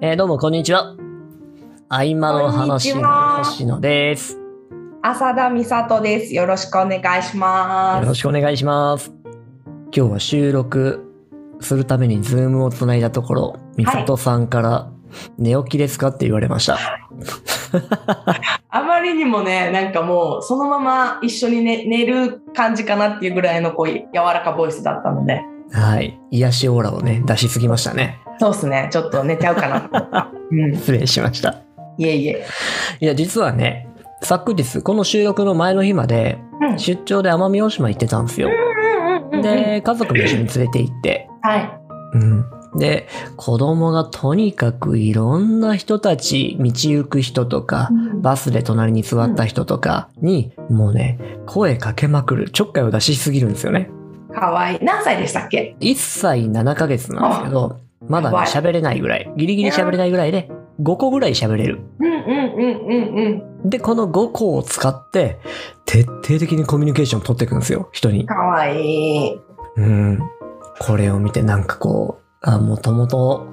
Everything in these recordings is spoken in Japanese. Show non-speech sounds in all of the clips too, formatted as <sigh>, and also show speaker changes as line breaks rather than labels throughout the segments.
えーどうもこんにちは。合間の話
こんにちは
の星野です。よ
浅田美里です。よろしくお願いしま
ろ
す。
しくお願いします。今日は収録するためにズームをつないだところ、みさとさんから寝起きですかって言われました。
あまりにもね、なんかもうそのまま一緒に、ね、寝る感じかなっていうぐらいのこう柔らかボイスだったので、
はい。癒しオーラをね、出しすぎましたね。
そうですね、ちょっと寝ちゃうかなと思
<laughs>
った。うん、い
失礼しました。
えいえ。
いや、実はね、昨日、この収録の前の日まで、
うん
出張で奄美大島行ってたんですよ。で、家族も一緒に連れて行って、
はい。
うん。で、子供がとにかくいろんな人たち、道行く人とか、バスで隣に座った人とかに、もうね、声かけまくる、ちょっかいを出しすぎるんですよね。
かわいい。何歳でしたっけ
1歳7ヶ月なんですけど、まだね
やばい
喋れないぐらい、ギリギリ喋れないぐらいで、5個ぐらい喋れる。
うんうんうんうんうん。
で、この5個を使って、徹底的にコミュニケーションを取っていくんですよ、人に。
かわいい。
うん。これを見てなんかこう、あ、もともと、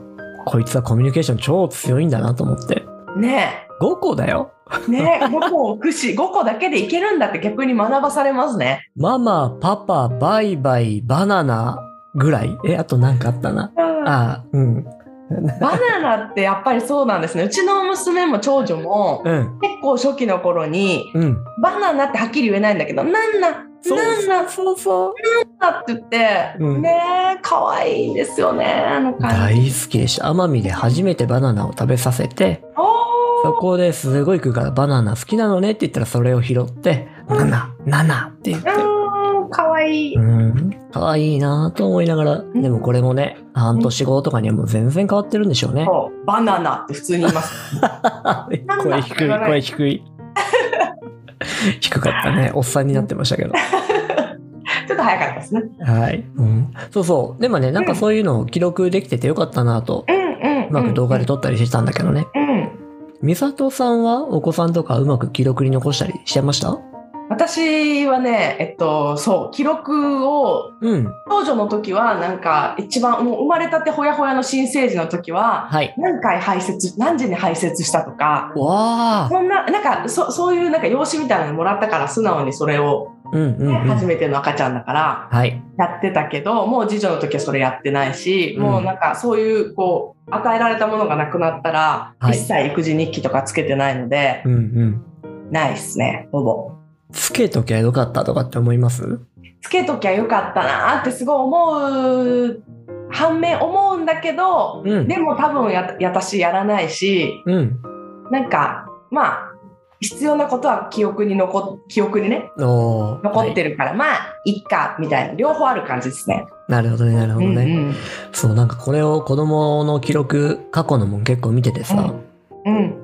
こいつはコミュニケーション超強いんだなと思って。
ね
5個だよ。
え、ねえ、5個を <laughs> 駆使、5個だけでいけるんだって逆に学ばされますね。
ママ、パパ、バイバイ、バナナぐらい。え、あとなんかあったな。あうん。
バナナってやっぱりそうなんですね。うちの娘も長女も
うん。
結構初期の頃に
うん。
バナナってはっきり言えないんだけど、なんな、なん
そう
な、
そうそう。
なんなって言って、
うん
ねえ、可愛いんですよね、あの感
大
じ。
好きでした。奄美で初めてバナナを食べさせて、そ
おー
こですごい食うからバナナ好きなのねって言ったらそれを拾って、ナナ、ナナって言って。
うーん、可愛い。
うん、可愛いなと思いながら、
ん
でもこれもね、半年後とかにはもう全然変わってるんでしょうね。
そうバナナって普通に
<laughs>
言います。だ
声低い、声低い。低かった
<laughs>
ね。おっさんになってましたけど。
ちょっと早かったですね。
はい、うん。そうそう。でもね、なんかそういうのを記録できててよかったなと
う、んうん。
うまく動画で。撮ったりしてたんだけどね。
うん。
美里さんはお子さんとかうまく記録に残したりしてました
私はね、えっと、そう、記録を、
うん。
長女の時は、なんか、一番、もう生まれたてほやほやの新生児の時は、
はい。
何回排泄、何時に排泄したとか、
わあ。
そんな、なんか、そそういうなんか用紙みたいなのもらったから、素直にそれを、
うんうんう
ね初
ん。
めての赤ちゃんだから、
はい。
やってたけど、もう次女の時はそれやってないし、
うん
もうなんかそういう、こう、与えられたものがなくなったら、
はい
一切育児日記とかつけてないので、
うんうん。
ないっすね、ほぼ。
つけときゃよかったとかって思います
つけときゃよかったなってすごい思う、反面思うんだけど、
うん
でも多分や、私やらないし、
うん。
なんか、まあ、必要なことは記憶に残、記憶にね、
おー
残って
はい
るから、まあいっかみたいな両方ある感じですね。
なるほどねなるほどね、
うん
そうなんかこれを子供の記録過去のも結構見ててさ、
うんうん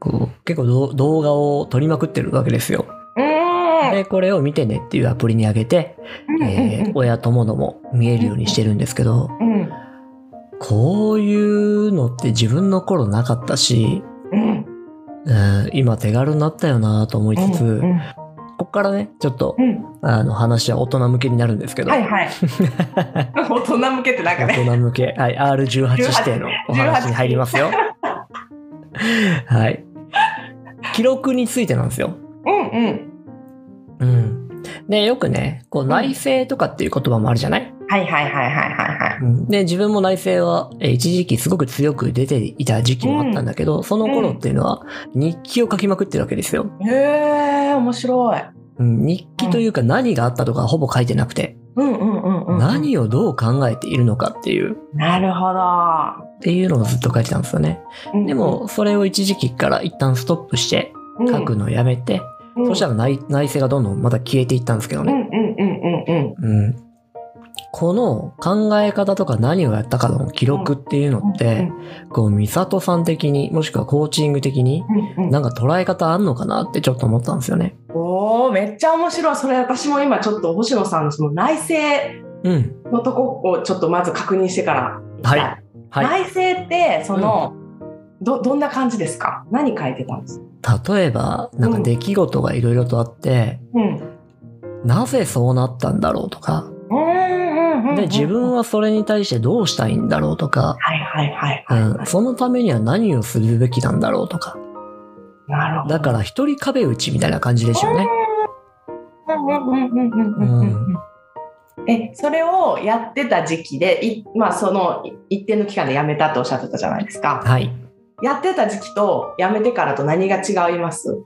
こう結構ど動画を撮りまくってるわけですよ
うーん
でこれを見てねっていうアプリに上げて、
うん
えー親ともども見えるようにしてるんですけど
うん
こういうのって自分の頃なかったし、
うん
うん、今手軽になったよなと思いつつ、
うん
こっからねちょっと
うん
あの話は大人向けになるんですけど、
はい
<laughs>
はい大人向けってなんか
大
ね
人向け、はい、R18 指定のお話に入りますよ。はい。記録についてなんですよ。
うんうん
うん。で、よくね、こう、内省とかっていう言葉もあるじゃない、
はいはいはいはいはいはい
で、自分も内省は、えー一時期すごく強く出ていた時期もあったんだけど、その頃っていうのは、日記を書きまくってるわけですよ。
へえ面白い
うん、日記というか何があったとかほぼ書いてなくて、
うんうんうんうん
何をどう考えているのかっていう、
なるほ
っていうのをずっと書いてたんですよね。
ど
でも、それを一時期から一旦ストップして、書くのやめて、そした
ら
ら内内政がどんどんまた消えていったんですけど
うんう
ね、
んうんうんうん
うん、この考え方とか何をやったかの記録っていうのって、こう美里さん的にもしくはコーチング的に
うんうん
なんか捉え方あんのかなってちょっと思ったんですよね。
おおめっちゃ面白いそれ私も今ちょっと星野さんのその内政
うん、
のとこをちょっとまず確認してから行きた
はいはい、
内政ってその、どどんな感じですか何書いてたんですか
例えばなんか出来事がいろいろとあって、
うん
なぜそうなったんだろうとか
うんうんうんうん
で、自分
は。
はそれに対してどうしたいんだろうとか、
はいはいはいは
う
い。
ん、そのためには何をするべきなんだろうとか。
なるほど。
だから一人壁打ちみたいな感じでしょうね。
うんうんうんうんうんうんうんえそれをやってた時期でい、まあ、そのい一定の期間で辞めたっておっしゃってたじゃないですか
はい。
やってた時期と辞めてからと何が違います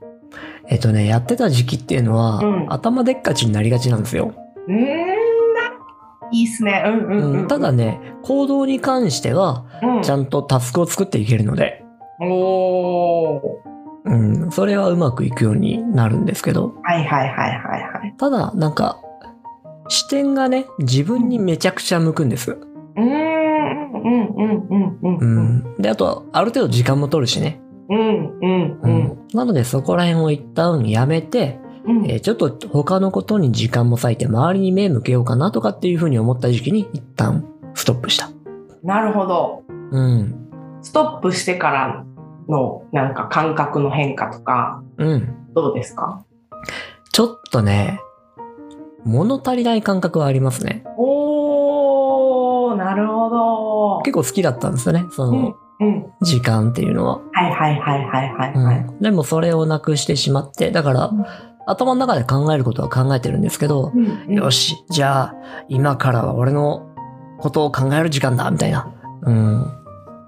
えっとね、やってた時期っていうのは、
うん
頭でっかちになりがちなんですよ。
うーんないいっすねうんうんうん、
うん、ただね、行動に関しては、
うん、
ちゃんとタスクを作っていけるので、
おー
うん、それはうまくいくようになるんですけど、
はいはいはいはいはい
ただ、なんか、視点がね、自分にめちゃくちゃ向くんです。
うーんうんうんうんうん
う
うん
ん。で、あと、ある程度時間も取るしね。
うんうん
う
うんん。
なので、そこら辺を一旦やめて、
うん
えーちょっと他のことに時間も割いて、周りに目向けようかなとかっていうふうに思った時期に一旦ストップした。
なるほど
うん。
ストップしてからのなんか感覚の変化とか
うん。
どうですか
ちょっとね、物足りない感覚はありますね。
おー、なるほど。
結構好きだったんですよね、その
うん。
時間っていうのは。
はいはいはいはいはいはい。
うんでもそれをなくしてしまって、だから、
うん
頭の中で考えることは考えてるんですけど、
うんうん
よし、じゃあ、今からは俺のことを考える時間だ、みたいな。うん。っ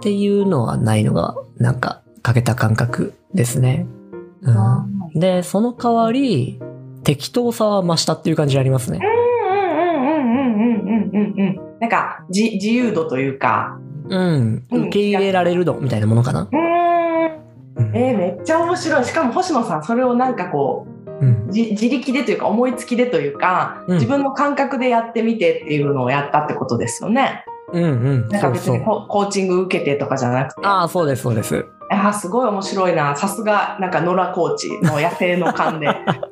ていうのはないのが、なんか、欠けた感覚ですね。う
あ
ん。で、その代わり、適当さは増したっていう感じがありますね。
ーうんうんうんうんうんうんうん。なんか、じ自由度というか。
うん。受け入れられる度みたいなものかな。
うーん。
うん
えー、めっちゃ面白い。しかも星野さん、それをなんかこ
うん
う、じ自力でというか、思いつきでというか、
うん
自分の感覚でやってみてっていうのをやったってことですよね。
うんうん。
なんか
そう
別
そ
に
う。
ココーチング受けてとかじゃなくて。
ああ、そうです、そうです。
あーすごい面白いな。さすが、なんか野良コーチの野生の
<laughs>
勘で。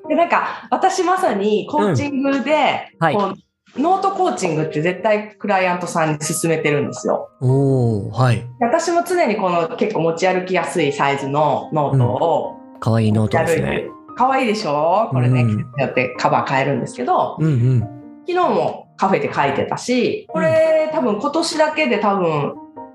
で、なんか、私まさにコーチングで、
うんはい
こうノートコーチングって絶対クライアントさんに勧めてるんですよ。
おー、はい。
で私も常にこの結構持ち歩きやすいサイズのノートを
かわいいノート
や
です
る、
ね。
かわいいでしょこれね、
うん
季節によってカバー変えるんですけど、
うんうん。
昨日もカフェで書いてたし、これ多分今年だけで多分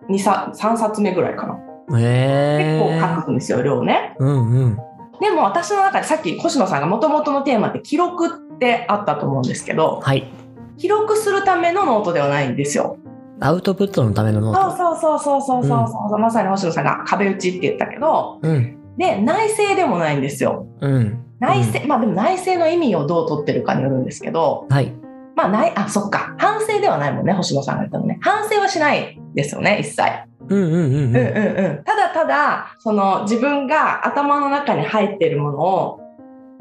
2、3, 3冊目ぐらいかな。結
ええー。
構書くんですよ、量ね。
うんうん。
でも私の中でさっき星野さんがもともとのテーマって記録ってあったと思うんですけど
はい。
記録するためのノートではないんですよ。
アウトプットのためのノ
そ
ー
う
ト。
そうそうそうそうそうそう、まさに星野さんが壁打ちって言ったけど
うん。
で内省でもないんですよ。
うん。
内省、まあでも内省の意味をどう取ってるかによるんですけど
うん。はい。
まあないあそっか反省ではないもんね星野さんが言ったのね反省はしないですよね一切。
うんうんうん
うん
う
うんうん、ただただその自分が頭の中に入っているものを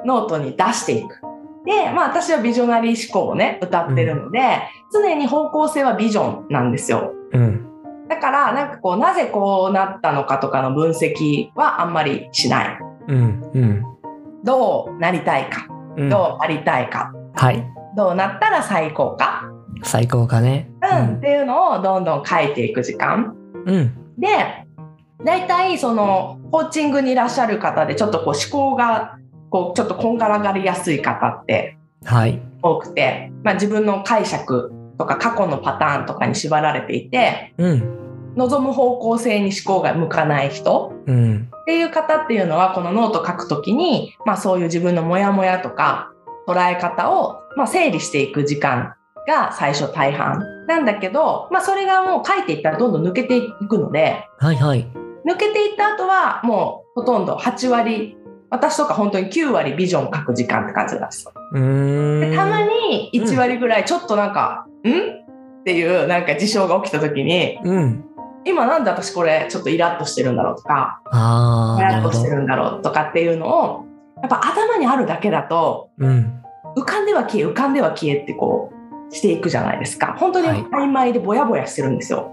ノートに出していく。で、まあ私はビジョナリー思考をね、歌ってるので、常に方向性はビジョンなんですよ。
ん。うん。
だから、なんかこう、なぜこうなったのかとかの分析はあんまりしない。
うんうん。
どうなりたいか、
うん。
どうありたいか、
はい。
どうなったら最高か、
最高かね。
うん、っていうのをどんどん書いていく時間。
うん。うん。
で大体そのコーチングにいらっしゃる方でちょっとこう思考がこうちょっとこんがらがりやすい方って
はい。
多くて、まあ、自分の解釈とか過去のパターンとかに縛られていて
うん。
望む方向性に思考が向かない人
うん。
っていう方っていうのはこのノート書くときに、まあ、そういう自分のモヤモヤとか捉え方を、まあ、整理していく時間が最初大半なんだけど、まあ、それがもう書いていったらどんどん抜けていくので。
はいはい。
抜けていった後はもうほとんど8割私とか本当に9割ビジョン書く時間って感じなんですよ
う
で
ーん。
たまに1割ぐらいちょっとなんか「ん?」っていうなんか事象が起きた時に
うん。
今なんで私これちょっとイラッとしてるんだろうとか
あ
イ
あ、な
ラッ
る
とし
ほ
て
ど。
るんだろうとかっていうのをやっぱ頭にあるだけだと
うん。
浮かんでは消え浮かんでは消えってこうしていくじゃないですか本当に
はい
曖昧でぼやぼやしてるんですよ、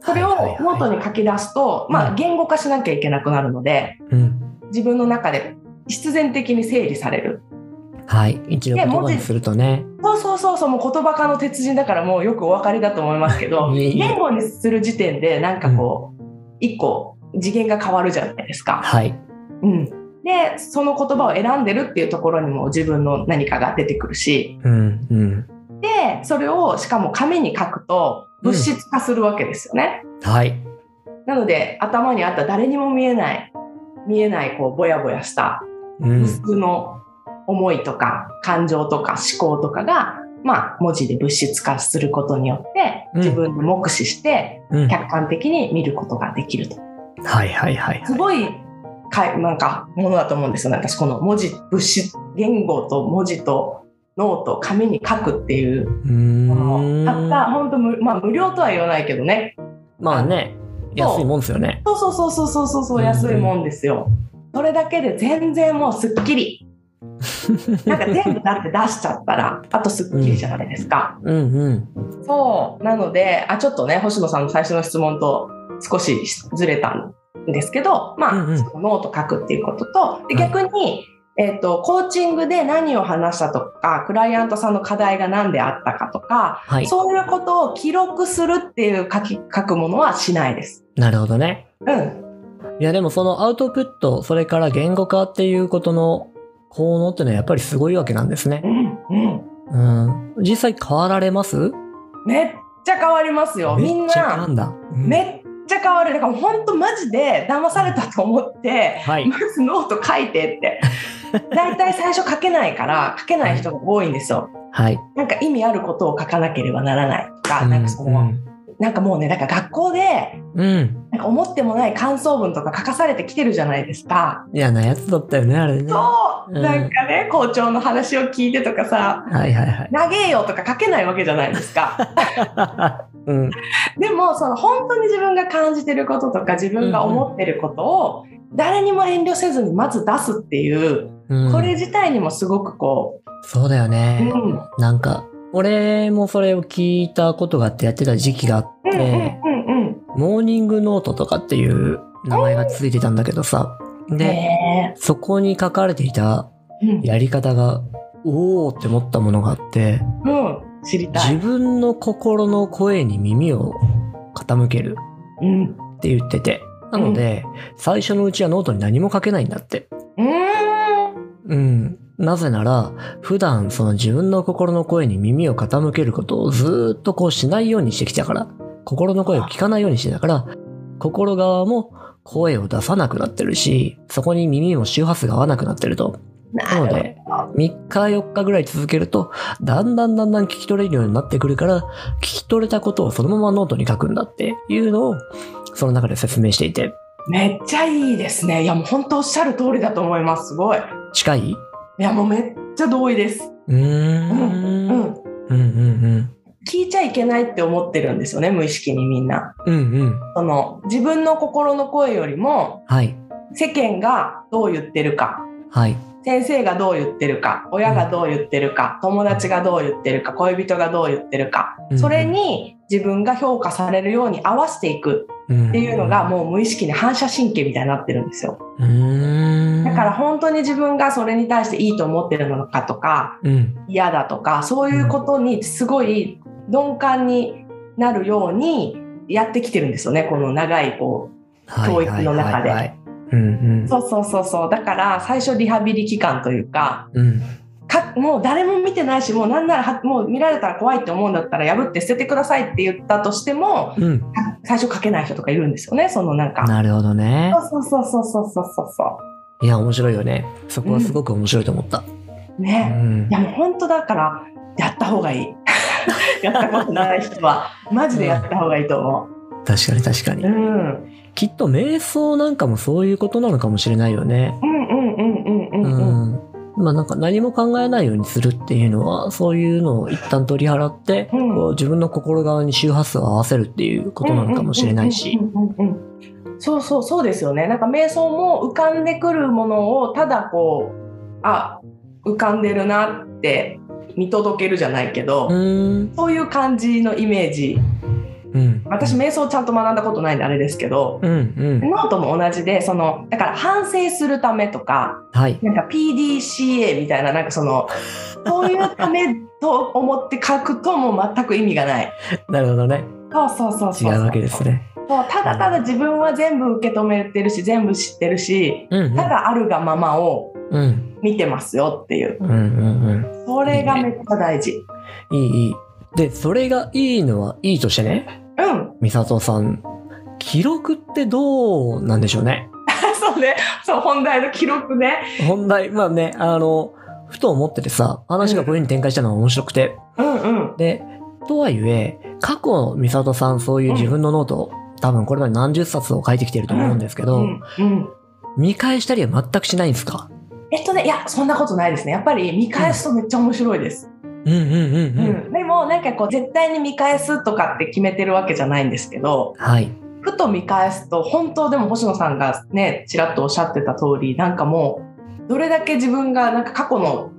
それをノートに書き出すと、ま
う
あ、
ん
言語化しなきゃいけなくなるので、
うん。
自分の中で必然的に整理される
はい。一度言葉にするとね。
そうそうそうそうもう言葉化の鉄人だからもうよくお分かりだと思いますけど
<laughs> いえいえ
言語にする時点でなんかこう、一個次元が変わるじゃないですか。
はい。
うん、でその言葉を選んでるっていうところにも自分の何かが出てくるし
うん。うん。
でで、それをしかも紙に書くと物質化するわけですよね。
はい。
なので、頭にあった誰にも見えない、見えない、こう、ぼやぼやした、
うん。
普通の思いとか、感情とか思考とかが、まあ、文字で物質化することによって、
うん
自分で目視して、
うん。はい
客観的に見ることができると。
はいはいはい。
すごい、かいなんか、ものだと思うんですよね。私、この文字、物質、言語と文字と、ノート、紙に書くっていう、
う
この、たった、
ーん。
本当無、まあ、無料とは言わないけどね、
まあね、
そう
安いもんですよね。
そうそうそうそうそうそうそう安いもんですよ。それだけで全然もうすっきり。なんか全部だって出しちゃったら、あとすっきりじゃないですか。
うんうん。
そう。なので、あ、ちょっとね、星野さんの最初の質問と少しずれたんですけど、まあ、
うんうん
そのノート書くっていうことと、
は
で
い
逆に、えっ、と、コーチングで何を話したとか、クライアントさんの課題が何であったかとか、
はい。
そういうことを記録するっていう書き、書くものはしないです。
なるほどね。
うん。
いやでもそのアウトプット、それから言語化っていうことの効能ってのはやっぱりすごいわけなんですね
う。んうん、
うん。実際変わられます
めっちゃ変わりますよ。み
め
ん
っちゃ変わ
なん
だ。うん
めっちゃ変わる。だから本当マジで騙されたと思って、
はい
ま。ず <laughs> ノート書いてって。大体最初書けないから書けない人が多いんですよ。
はい。
なんか意味あることを書かなければならないとか、
うん
なんかその、なんかもうね、だから学校で
うん。うん
なんか思ってもない感想文とか書かされてきてるじゃないですか。
嫌なやつだったよね、あれね。は
そう、
うん
なんかね、校長の話を聞いてとかさ、
いはいはい。
長えよとか書けないわけじゃないですか。
<laughs>
<laughs>
うん。
でもその本当に自分が感じてることとか自分が思ってることを誰にも遠慮せずにまず出すっていう、
うん
これ自体にもすごくこ
そうだよね
う、う。ん、うん
なんか、俺もそれを聞いたことがあってやってた時期があっ
うん
て、
うんうん
モーニングノートとかっていう名前がついてたんだけどさ。で、
ね
そこに書かれていた
えうん
やり方が、おおって思ったものがあって、
うん、知りた
自
い、
分の心の声に耳を傾ける
うん、
って言ってて。なので、最初のうちはノートに何も書けないんだって。
うーん
うん。なぜなら、普段その自分の心の声に耳を傾けることをずーっとこうしないようにしてきたから、心の声を聞かないようにしてたから、心側も声を出さなくなってるし、そこに耳も周波数が合わなくなってると。
な
なの
る
で、3日4日ぐらい続けると、だんだんだんだん聞き取れるようになってくるから、聞き取れたことをそのままノートに書くんだっていうのを、その中で説明していて、
めっちゃいいですねいやもう本当おっしゃる通りだと思いますすごい
近い
いやもうめっちゃ同意です、
うーん。
う
うん
ん、
うんうん。
聞いちゃいけないって思ってるんですよね無意識にみんな
うんうん。
その自分の心の声よりも
はい。
世間がどう言ってるか
はい。
先生がどう言ってるか親がどう言ってるか友達がどう言ってるか恋人がどう言ってるかそれに自分が評価されるように合わせていく
っ
っていうのが、もう無意識に反射神経みたいになってるんですよ
うーん
だから、本当に自分がそれに対していいと思ってるのかとか
うん。
嫌だとかそういうことにすごい鈍感になるようにやってきてるんですよねこの長いこう教育の
はいは
中で
いはいはいうんうん。
そうそうそうそうだから最初リハビリ期間というか
うん。
かもう誰も見てないしもうなんならはもう見られたら怖いって思うんだったら破って捨ててくださいって言ったとしても
うん。
最初書けない人とかいるんですよねそのなんか。
なるほどね。
そうそうそうそうそうそうそ
いや、面白いよね。そこはすごく面白いと思った。
う
う
ね、
ん
い。やもう本当だからやった方がい <laughs> いやったことない人はマジでやった方がいいと思
確かに確か
う、う
に。
ん、うん
きっと瞑想なんかもそういうことなのかもしれないよね。
うんうんうんう
うん
うん
ん。まあなんか何も考えないようにするっていうのは、そういうのを一旦取り払って、
うん
こう自分の心側に周波数を合わせるっていうことなのかもしれないし。
うんうんうんうんうんうん。そうそうそうですよね。なんか瞑想も浮かんでくるものをただこうあ浮かんでるなって見届けるじゃないけど、
うん。
そういう感じのイメージ。
うん。
私瞑想ちゃんと学んだことないんであれですけど。
うんうん。
ノートも同じでそのだから反省するためとか
はい。
なんか PDCA みたいななんかそのそういうためと思って書くともう全く意味がない
なるほどね。
そうそうそう
違
そうそう
うわけですね。
もうただただ自分は全部受け止めてるし全部知ってるし
うんうん
ただあるがままを
うん
見てますよっていう
うんうん
それがめっちゃ大事
うんいいいいで、それがいいのはいいとしてね、
うん。 <laughs>
美里さん、記録ってどうなんでしょうね。
そうね。そう、本題の記録ね。
<laughs> 本題、まあね、あの、ふと思っててさ、話がこういう風に展開したのが面白くて。
うんうん。
で、とはいえ、過去の美里さん、そういう自分のノートを、多分これまで何十冊を書いてきてると思うんですけ
う
ど、
んうん。
見返したりは全くしないんですか
えっとね、いや、そんなことないですね。やっぱり見返すとめっちゃ面白いです。
うんうんうん
う。
うんん。
でも、なんかこう、絶対に見返すとかって決めてるわけじゃないんですけど、
はい。
ふと見返すと、本当でも星野さんがね、ちらっとおっしゃってた通り、なんかもう、どれだけ自分がなんか過去の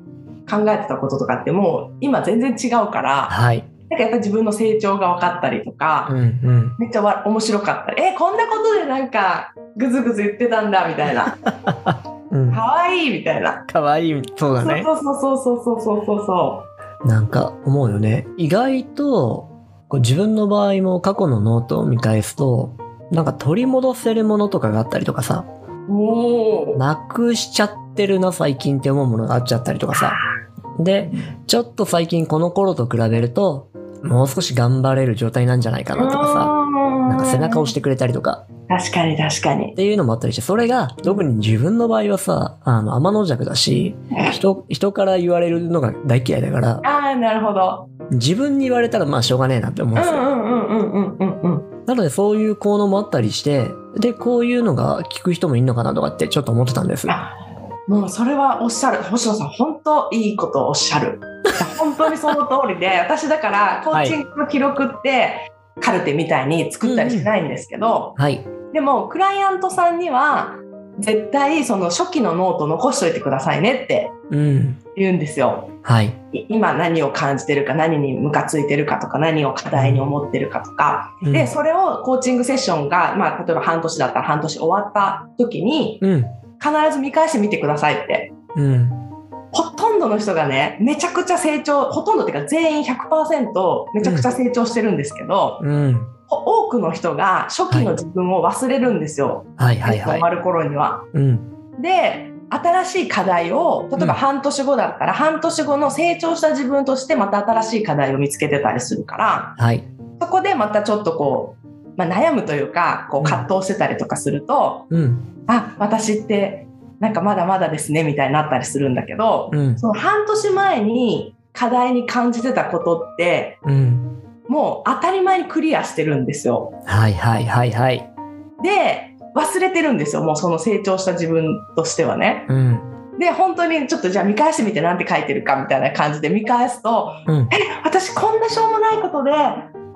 考えてたこととかってもう今全然違うから、
はい。
なんかやっぱ自分の成長が分かったりとか、
うんうん。
めっちゃわ面白かった。え、こんなことでなんか、ぐずぐず言ってたんだ、みた
<laughs>
いな。
うん、
かわいい、みたいな。
かわいい。そうだね。
そうそうそうそうそうそうそ
なんか思うよね。意外と、こう自分の場合も過去のノートを見返すと、なんか取り戻せるものとかがあったりとかさ、
う。おー。
なくしちゃってるな最近って思うものがあっちゃったりとかさ。で、ちょっと最近この頃と比べると、もう少し頑張れる状態なんじゃないかなとかさ、なんか背中を押しててくれたりとか、
確かに確かに
っ。ていうのもあったりして、それが、特に自分の場合はさ、あの、天の弱だし、人、人から言われるのが大嫌いだから、
ああ、なるほど。
自分に言われたらまあしょうがねえなって思うん
うん
です
う
よ。
んうんうんうんうん
なのでそういう効能もあったりして、で、こういうのが聞く人もいるのかなとかってちょっと思ってたんです。
あうん。もうそれはおっしゃる。星野さん、本当いいことをおっしゃる。本当にその通りで、 <laughs> 私だから、コーチングの記録って、カルテみたいに作ったりしないんですけど、
はい。
でもクライアントさんには絶対その初期のノート残しといてくださいねって
うん。
言うんですよ。
はい。
い今何を感じてるか何にムカついてるかとか何を課題に思ってるかとか、
うん
でそれをコーチングセッションが、まあ、例えば半年だったら半年終わった時に
うん。
必ず見返してみてくださいって
うん。
ほとんどの人がねめちゃくちゃ成長ほとんどっていうか全員100%めちゃくちゃ成長してるんですけど、
うん。
多くの人が初期の自分を忘れるんですよ、
はいはい
テスト
は
終
い。
わる頃には。
うん。
で新しい課題を例え
うん
ば半年後だったら、半年後の成長した自分としてまた新しい課題を見つけてたりするから
はい。
そこでまたちょっとこう、まあ、悩むというかこう葛藤してたりとかすると、
うん。
あ私ってなんかまだまだですねみたいになったりするんだけど、
うん。
その半年前に課題に感じてたことって
うん。
もう当たり前にクリアしてるんですよ。
はいはいはいはい。
で忘れてるんですよもうその成長した自分としてはね。
うん。
で本当にちょっとじゃあ見返してみてなんて書いてるかみたいな感じで見返すと
うん。
私こんなしょうもないことで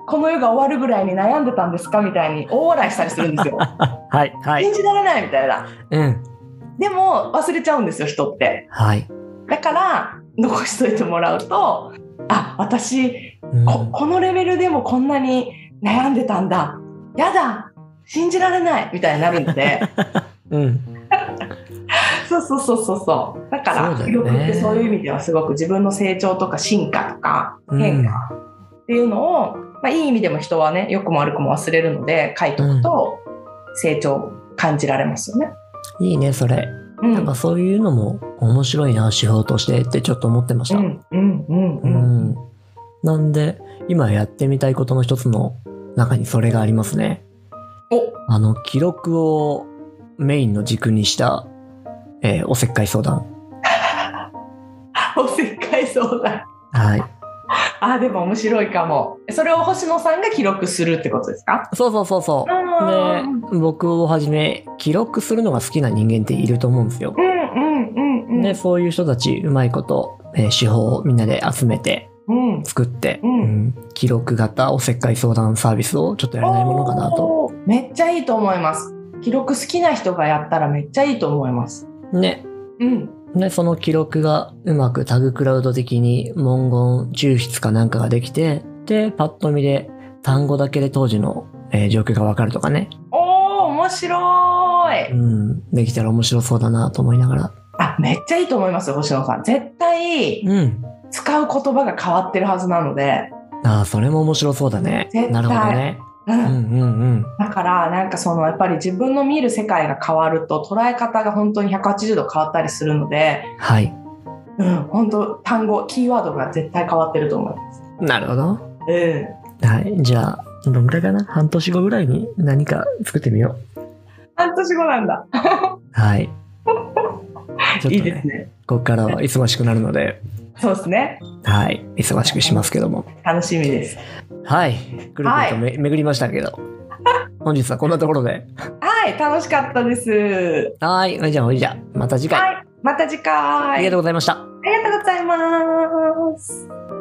この世が終わるぐらいに悩んでたんですかみたいに大笑いしたりするんですよ
<laughs> はいはい。
信じられないみたいな
うん。
でも忘れちゃうんですよ人って
はい。
だから残しといてもらうとあ私
うん
ここのレベルでもこんなに悩んでたんだやだ信じられないみたいになるの
<laughs>
で
うん。
そうそうそうそうそうだか
そ
ら
うだ
記
よね
録ってそういう意味ではすごく自分の成長とか進化とか変化っていうのを、まあ、いい意味でも人はね良くも悪くも忘れるので書いておくと成長感じられますよね。
うんいいね、それ。
うん、
なんかそういうのも面白いな、手法としてってちょっと思ってまし
う
た。
んうんうん
う
うん
ん。なんで、今やってみたいことの一つの中にそれがありますね。
お
あの、記録をメインの軸にした、えーおせっかい相談。
おせっかい相談
はい。
あーでも面白いかもそれを星野さんが記録するってことですか
そうそうそうそうう。
ん
で、僕をはじめ、記録するのが好きな人間っていると思うんですよ
う。んうんうんうん
で、そういう人たち、うまいこと、えー手法をみんなで集めて、
うん
作って、
うん
うん記録型おせっかい相談サービスをちょっとやれないものかなと。
おーめっちゃいいと思います記録好きな人がやったらめっちゃいいと思います
ね。
うん
で、その記録がうまくタグクラウド的に文言抽出かなんかができて、で、パッと見で単語だけで当時の、えー状況がわかるとかね。
おー面白い、
うん。できたら面白そうだなと思いながら。
あめっちゃいいと思いますよ星野さん絶対
うん。
使う言葉が変わってるはずなので、
ああ、それも面白そうだね。
絶対
なるほどね。
うん
うんうんうん。
だからなんかそのやっぱり自分の見る世界が変わると捉え方が本当に180度変わったりするので、
はい。
うん、本当単語キーワードが絶対変わってると思います。
なるほど。
うん。
はい。じゃあ、どんぐらいかな半年後ぐらいに何か作ってみよ
半年後なんだ。
う。 <laughs> はい。ちょっと
いい
ね、
ですね。
ここからは忙しくなるので、
そうですね。
はい。忙しくしますけども。
楽しみです。
はい。くるくるとめ、巡りましたけど。本日はこんなところで。
はい、楽しかったです。
はい。じゃあ、ほいじゃあ、また次回。
はい、また次回。
ありがと
う
うございました。
ありがとうございます。